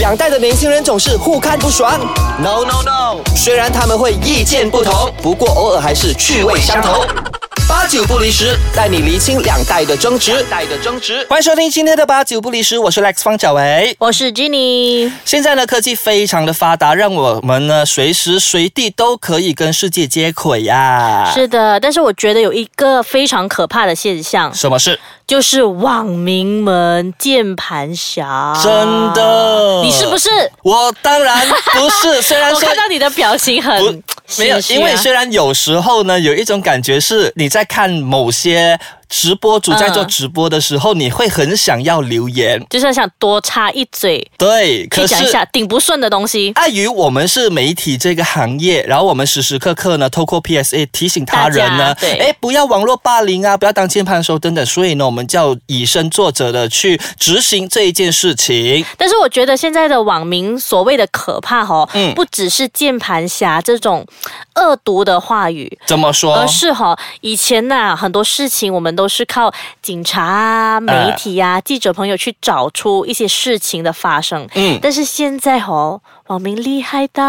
两代的年轻人总是互看不爽。 No no no，虽然他们会意见不同，不过偶尔还是趣味相投。八九不离十，带你厘清两代的争执。代的争执。欢迎收听今天的八九不离十，我是 Lex 方小维。我是 Jenny，现在呢，科技非常的发达，让我们呢随时随地都可以跟世界接轨呀、是的，但是我觉得有一个非常可怕的现象，什么事？就是网民们键盘侠。真的你是不是？我当然不是，虽然我说看到你的表情很不没心虚有啊、，因为虽然有时候呢，有一种感觉是你在看某些直播主在做嗯直播的时候，你会很想要留言，就是想多插一嘴，对，去可嗯讲一是。下顶不顺的东西。碍于我们是媒体这个行业，然后我们时时刻刻呢，透过 PSA 提醒他人呢大家，对哎，不要网络霸凌啊，不要当键盘手等等，所以呢，我们就要以身作则的去执行这一件事情。但是我觉得现在的网民所谓的可怕哦，嗯不只是键盘侠这种恶毒的话语，怎么说？而哦是哈、以前呐、很多事情我们都是靠警察啊、媒体啊、记者朋友去找出一些事情的发生。嗯但是现在哈、网民厉害到，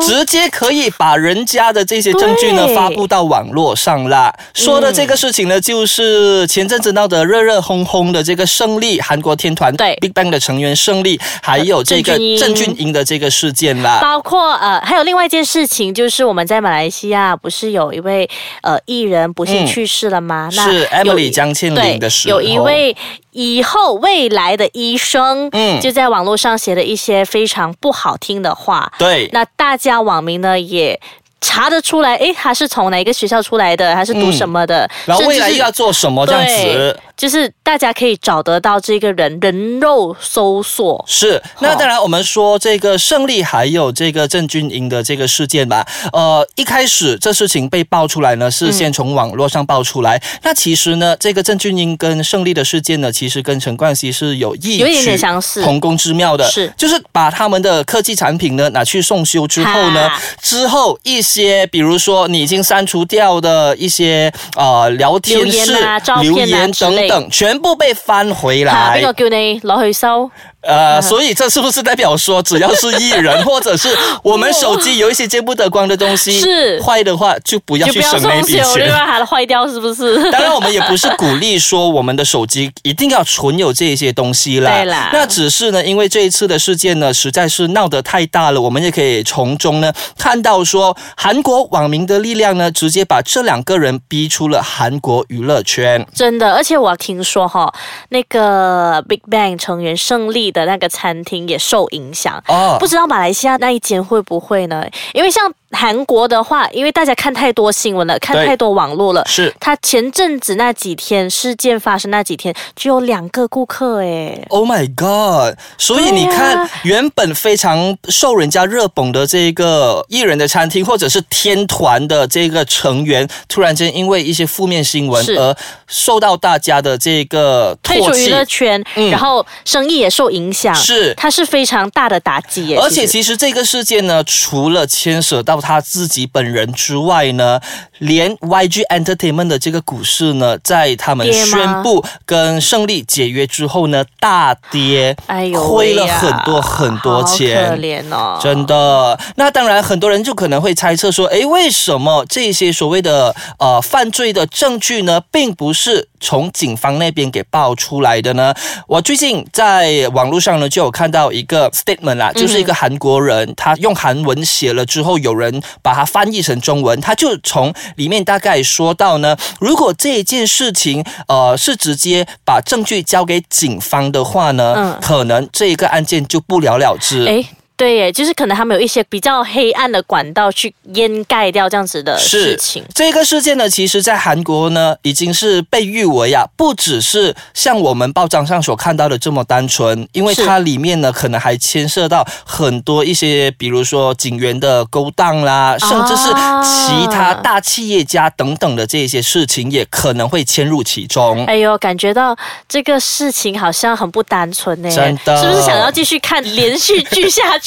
直接可以把人家的这些证据呢哦对发布到网络上啦。说的这个事情呢，就是前阵子闹得热热烘烘的这个胜利韩国天团对 Big Bang 的成员胜利，还有这个郑俊英郑俊英的这个事件啦。包括呃，还有另外一件事情，就是我们在马来西亚不是有一位呃艺人不幸嗯去世了吗？是有 Emily 一江倩玲的时候，有一位以后未来的医生，嗯就在网络上写了一些非常不好听的话。对那大家网民呢也查得出来，诶，他是从哪一个学校出来的，他是读什么的，嗯然后未来甚至是要做什么这样子对。就是大家可以找得到这个人人肉搜索。是，那好当然，我们说这个胜利还有这个郑俊英的这个事件吧。呃，一开始这事情被爆出来呢，嗯是先从网络上爆出来。那其实呢，这个郑俊英跟胜利的事件呢，其实跟陈冠希是有异曲有一点点相似同工之妙的。是就是把他们的科技产品呢拿去送修之后呢哈，之后一些比如说你已经删除掉的一些呃聊天留言室啊照片啊留言之类等等，全部被翻回啊，来边。个叫你攞去搜？嗯呃，所以这是不是代表说，只要是艺人或者是我们手机有一些见不得光的东西，是坏的话，就不要就去不要省那送笔修，因为钱。它坏掉是不是？ 当然，我们也不是鼓励说我们的手机一定要存有这些东西啦。对啦那只是呢，因为这一次的事件呢，实在是闹得太大了，我们也可以从中呢看到说，韩国网民的力量呢，直接把这两个人逼出了韩国娱乐圈。真的，而且我听说哈、那个 Big Bang 成员胜利的那个餐厅也受影响。哦不知道马来西亚那一间会不会呢？因为像韩国的话，因为大家看太多新闻了，看对太多网络了。是他前阵子那几天事件发生那几天，只有两个顾客哎诶。 Oh my god！所以你看，对啊原本非常受人家热捧的这个艺人的餐厅，或者是天团的这个成员，突然间因为一些负面新闻是而受到大家的这个退唾出娱弃。乐圈，嗯然后生意也受影响，是它是非常大的打击耶。而且其实其实这个事件呢，除了牵涉到他自己本人之外呢，连 YG Entertainment 的这个股市呢，在他们跌吗宣布跟胜利解约之后呢，大跌，哎呦亏喂呀，了很多很多钱，好可怜哦，真的，那当然，很多人就可能会猜测说，诶，为什么这些所谓的呃犯罪的证据呢，并不是从警方那边给爆出来的呢？我最近在网络上呢，就有看到一个 statement 啦，就是一个韩国人，他用韩文写了之后，有人把它翻译成中文，他就从里面大概说到呢，如果这一件事情呃是直接把证据交给警方的话呢，嗯可能这一个案件就不了了之。哎，对耶，就是可能他们有一些比较黑暗的管道去掩盖掉这样子的是事情。这个事件呢，其实在韩国呢，已经是被誉为啊，不只是像我们报章上所看到的这么单纯，因为是它里面呢，可能还牵涉到很多一些，比如说警员的勾当啊啦，甚至是其他大企业家等等的这些事情，也可能会牵入其中。哎呦，感觉到这个事情好像很不单纯呢，真的是不是想要继续看连续剧下 剧。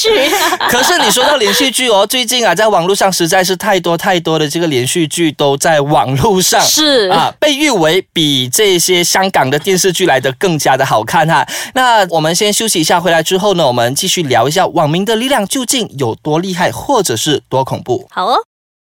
可是你说到连续剧哦，最近啊，在网络上实在是太多太多的这个连续剧都在网络上。是 啊，被誉为比这些香港的电视剧来的更加的好看哈。那我们先休息一下，回来之后呢，我们继续聊一下网民的力量究竟有多厉害，或者是多恐怖。好哦，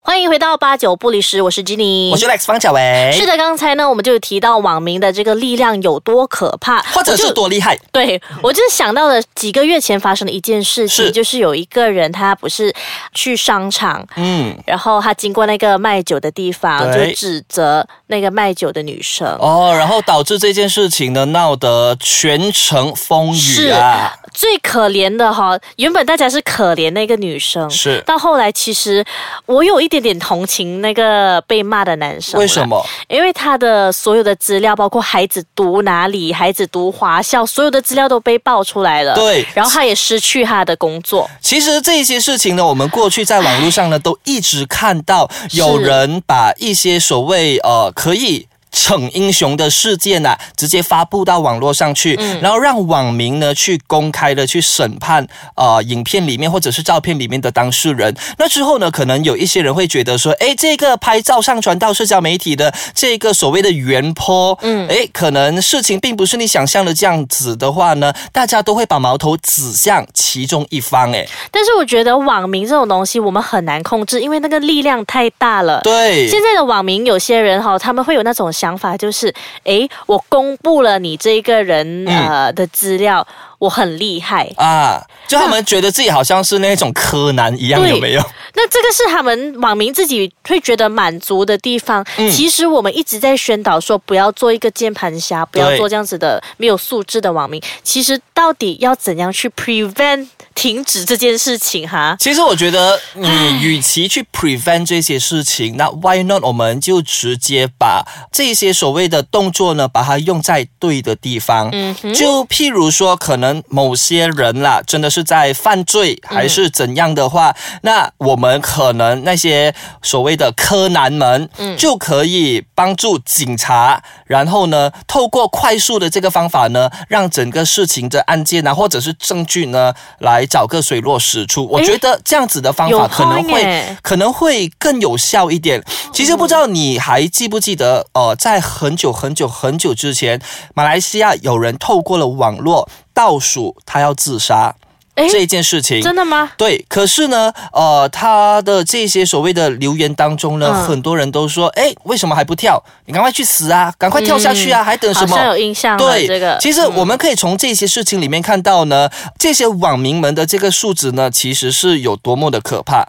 欢迎回到八九不离十，我是 Jenny，我是哎 Lex 方小维，嗯是的，刚才呢，我们就有提到网民的这个力量有多可怕，或者我是就多厉害，对我就是想到了几个月前发生的一件事情，是就是有一个人他不是去商场，嗯，然后他经过那个卖酒的地方，对就指责那个卖酒的女生。哦，然后导致这件事情呢闹得全城风雨是啊，最可怜的哈、原本大家是可怜那个女生，是到后来其实我有一点点同情那个被骂的男生。为什？么？因为他的所有的资料，包括孩子读哪里、孩子读华校，所有的资料都被爆出来了。对然后他也失去他的工作。其实这些事情呢，我们过去在网络上呢，都一直看到有人把一些所谓呃可以。逞英雄的事件呐、啊，直接发布到网络上去，然后让网民呢去公开的去审判呃影片里面或者是照片里面的当事人。那之后呢，可能有一些人会觉得说，诶，这个拍照上传到社交媒体的这个所谓的原坡，嗯，诶，可能事情并不是你想象的这样子的话呢，大家都会把矛头指向其中一方，诶。但是我觉得网民这种东西我们很难控制，因为那个力量太大了。对，现在的网民有些人哈、他们会有那种想法，就是诶，我公布了你这个人、嗯呃的资料，我很厉害。啊，就他们觉得自己好像是那种柯南一样，对有没有？那这个是他们网民自己会觉得满足的地方。嗯其实我们一直在宣导说，不要做一个键盘侠，不要对做这样子的没有素质的网民。其实到底要怎样去 prevent 停止这件事情哈？其实我觉得，你与其去 prevent 这些事情，那 why not 我们就直接把这些所谓的动作呢，把它用在对的地方。嗯哼，就譬如说，可能某些人啦，真的是在犯罪还是怎样的话，嗯那我们可能那些所谓的柯南们，嗯就可以帮助警察，然后呢，透过快速的这个方法呢，让整个事情的案件啊，或者是证据呢，来找个水落石出。我诶觉得这样子的方有法可能 point 会耶可能会更有效一哦点。其实不知道你还记不记得，呃，在很久很久很久之前，马来西亚有人透过了网络倒数他要自杀诶这件事情。真的吗？对，可是呢，呃，他的这些所谓的留言当中呢，嗯很多人都说，哎，为什么还不跳？你赶快去死啊，赶快跳下去啊，还等什嗯好么？像有印象了对，这个。嗯其实我们可以从这些事情里面看到呢，这些网民们的这个素质呢，其实是有多么的可怕。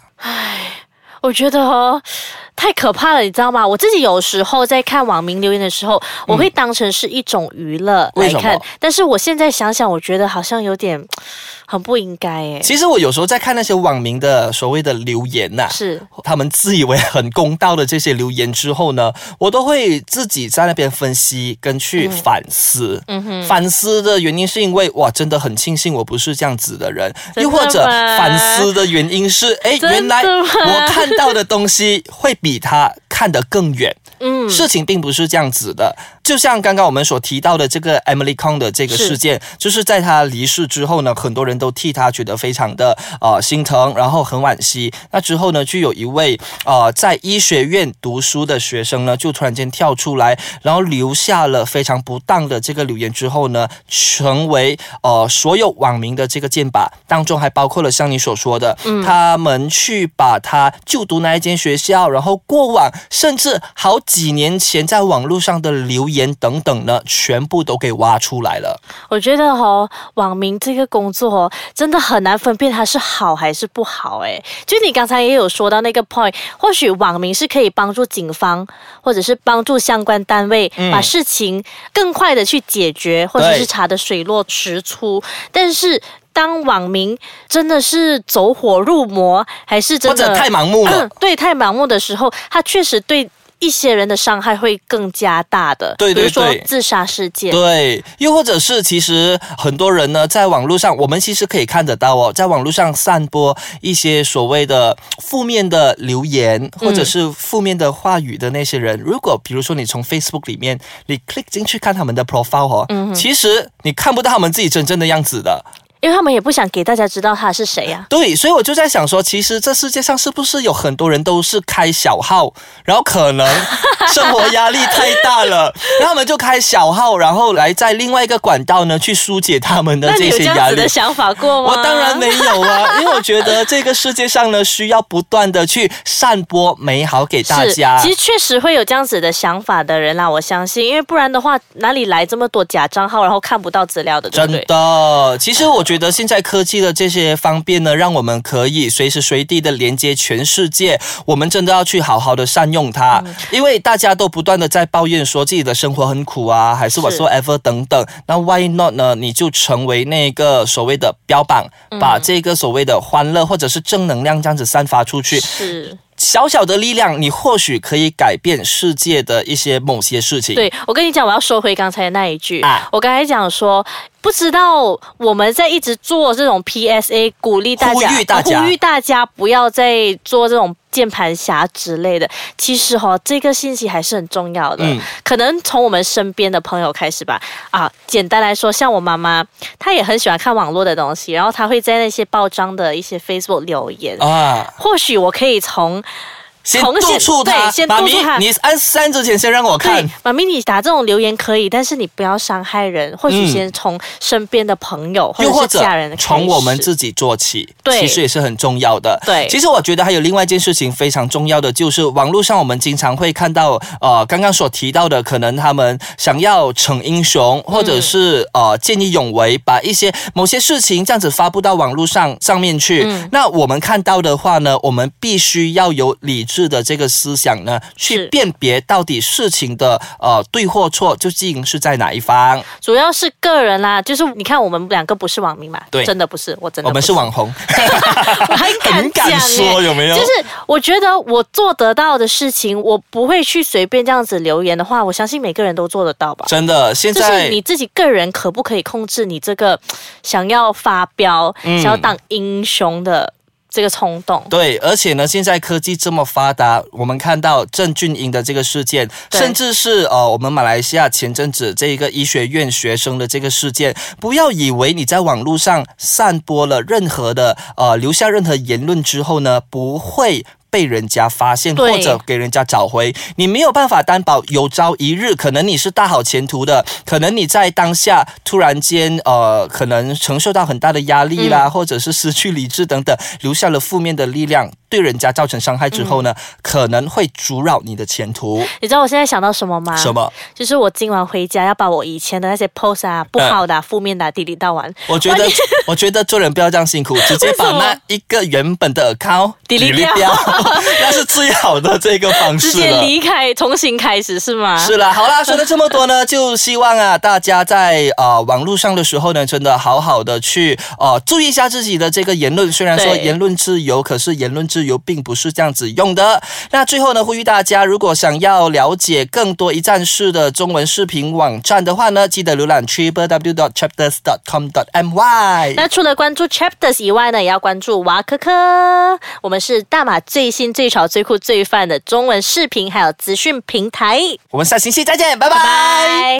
我觉得哦，太可怕了，你知道吗？我自己有时候在看网民留言的时候，我会当成是一种娱乐嗯为来什么看，但是我现在想想，我觉得好像有点很不应该哎。其实我有时候在看那些网民的所谓的留言呐、是，他们自以为很公道的这些留言之后呢，我都会自己在那边分析跟去反思。嗯哼，反思的原因是因为哇，真的很庆幸我不是这样子的人，真的又或者吗反思的原因是，哎，真的原来吗我看到的东西会比他看得更远。嗯，事情并不是这样子的。就像刚刚我们所提到的这个 Emily Kong 的这个事件，就是在她离世之后呢，很多人都替她觉得非常的呃心疼，然后很惋惜。那之后呢，就有一位呃在医学院读书的学生呢，就突然间跳出来，然后留下了非常不当的这个留言之后呢，成为呃所有网民的这个箭靶，当中还包括了像你所说的，他们去把他就读哪一间学校，然后过往甚至好几年前在网络上的留言等等呢，全部都给挖出来了。我觉得哦，网民这个工作哦，真的很难分辨它是好还是不好。哎，就你刚才也有说到那个 point，或许网民是可以帮助警方或者是帮助相关单位、嗯把事情更快的去解决，或者对是查得水落石出，但是。当网民真的是走火入魔，还是真或的嗯者太盲目了 对，太盲目的时候，他确实对一些人的伤害会更加大的。对对比如说对自杀事件。对，又或者是其实很多人呢，在网络上，我们其实可以看得到哦，在网络上散播一些所谓的负面的留言，或者是负面的话语的那些人，如果比如说你从 Facebook 里面嗯你 click 进去看他们的 profile 哦，其实你看不到他们自己真正的样子的。因为他们也不想给大家知道他是谁啊呀、对，所以我就在想说，其实这世界上是不是有很多人都是开小号，然后可 能生活压力太大了，然后他们就开小号，然后来在另外一个管道呢去疏解他们的 那这你有些这压样子力的。想法过吗？我当然没有啊，因为我觉得这个世界上呢，需要不断的去散播美好给大是，家。其实确实会有这样子的想法的人啦，我相信，因为不然的话，哪里来这么多假账号，然后看不到资料的，对真不对？的，其实我觉得现在科技的这些方便呢，让我们可以随时随地的连接全世界。我们真的要去好好的善用它，嗯因为大家都不断的在抱怨说自己的生活很苦啊，还是是 whatsoever 等等。那 why not 呢？你就成为那个所谓的标榜，把这个所谓的欢乐或者是正能量这样子散发出去。是，小小的力量，你或许可以改变世界的一些某些事情。对我跟你讲，我要说回刚才的那一句，啊我刚才讲说。不知道我们在一直做这种 PSA，鼓励大家，呼吁大家呼吁大家不要再做这种键盘侠之类的。其实哈、哦，这个信息还是很重要的。嗯可能从我们身边的朋友开始吧。啊，简单来说，像我妈妈，她也很喜欢看网络的东西，然后她会在那些报章的一些 Facebook 留言。啊，或许我可以从先重督现促他，对先督妈促咪他，你按三之前先让我看对。，妈咪，你打这种留言可以，但是你不要伤害人。或许先从身边的朋友、嗯又或或者是者家人开始从我们自己做起，对其实也是很重要的。对其实我觉得还有另外一件事情非常重要的，就是网络上我们经常会看到，呃，刚刚所提到的，可能他们想要逞英雄，嗯或者是、呃见义勇为，把一些某些事情这样子发布到网络上上面去。嗯那我们看到的话呢，我们必须要有理智的这个思想呢，去是辨别到底事情的呃对或错究竟是在哪一方。主要是个人啦、就是你看我们两个不是网民嘛，对真的不是，我真的我们不 是网红，我还敢很讲、欸、敢说有没有？就是我觉得我做得到的事情，我不会去随便这样子留言的话，我相信每个人都做得到吧。真的，现就在是你自己个人可不可以控制你这个想要发飙、嗯想要当英雄的这个冲动？对，而且呢，现在科技这么发达，我们看到郑俊英的这个事件，对甚至是呃，我们马来西亚前阵子这一个医学院学生的这个事件，不要以为你在网络上散播了任何的呃，留下任何言论之后呢，不会。被人家发现对或者给人家找回，你没有办法担保有朝一日，可能你是大好前途的，可能你在当下突然间呃，可能承受到很大的压力嗯啦，或者是失去理智等等，留下了负面的力量，对人家造成伤害之后嗯呢，可能会阻扰你的前途。你知道我现在想到什么吗？什？么？就是我今晚回家要把我以前的那些 post 啊、不好的啊、负面的、啊、滴滴到完，我觉哇得你， 我觉得做人不要这样辛苦，直接把 为什么那一个原本的 account delete 掉 那是最好的这个方直式接了。离开，重新开始是吗？是啦，好啦，说了这么多呢，就希望啊，大家在呃网络上的时候呢，真的好好的去呃注意一下自己的这个言论。虽然说对言论自由，可是言论自由并不是这样子用的。那最后呢，呼吁大家，如果想要了解更多一站式的中文视频网站的话呢，记得浏览 triple w dot chapters dot com dot my。那除了关注 Chapters 以外呢，也要关注娃科科。我们是大马最新、最潮、最酷、最范的中文视频还有资讯平台。我们下星期再见，拜拜拜拜。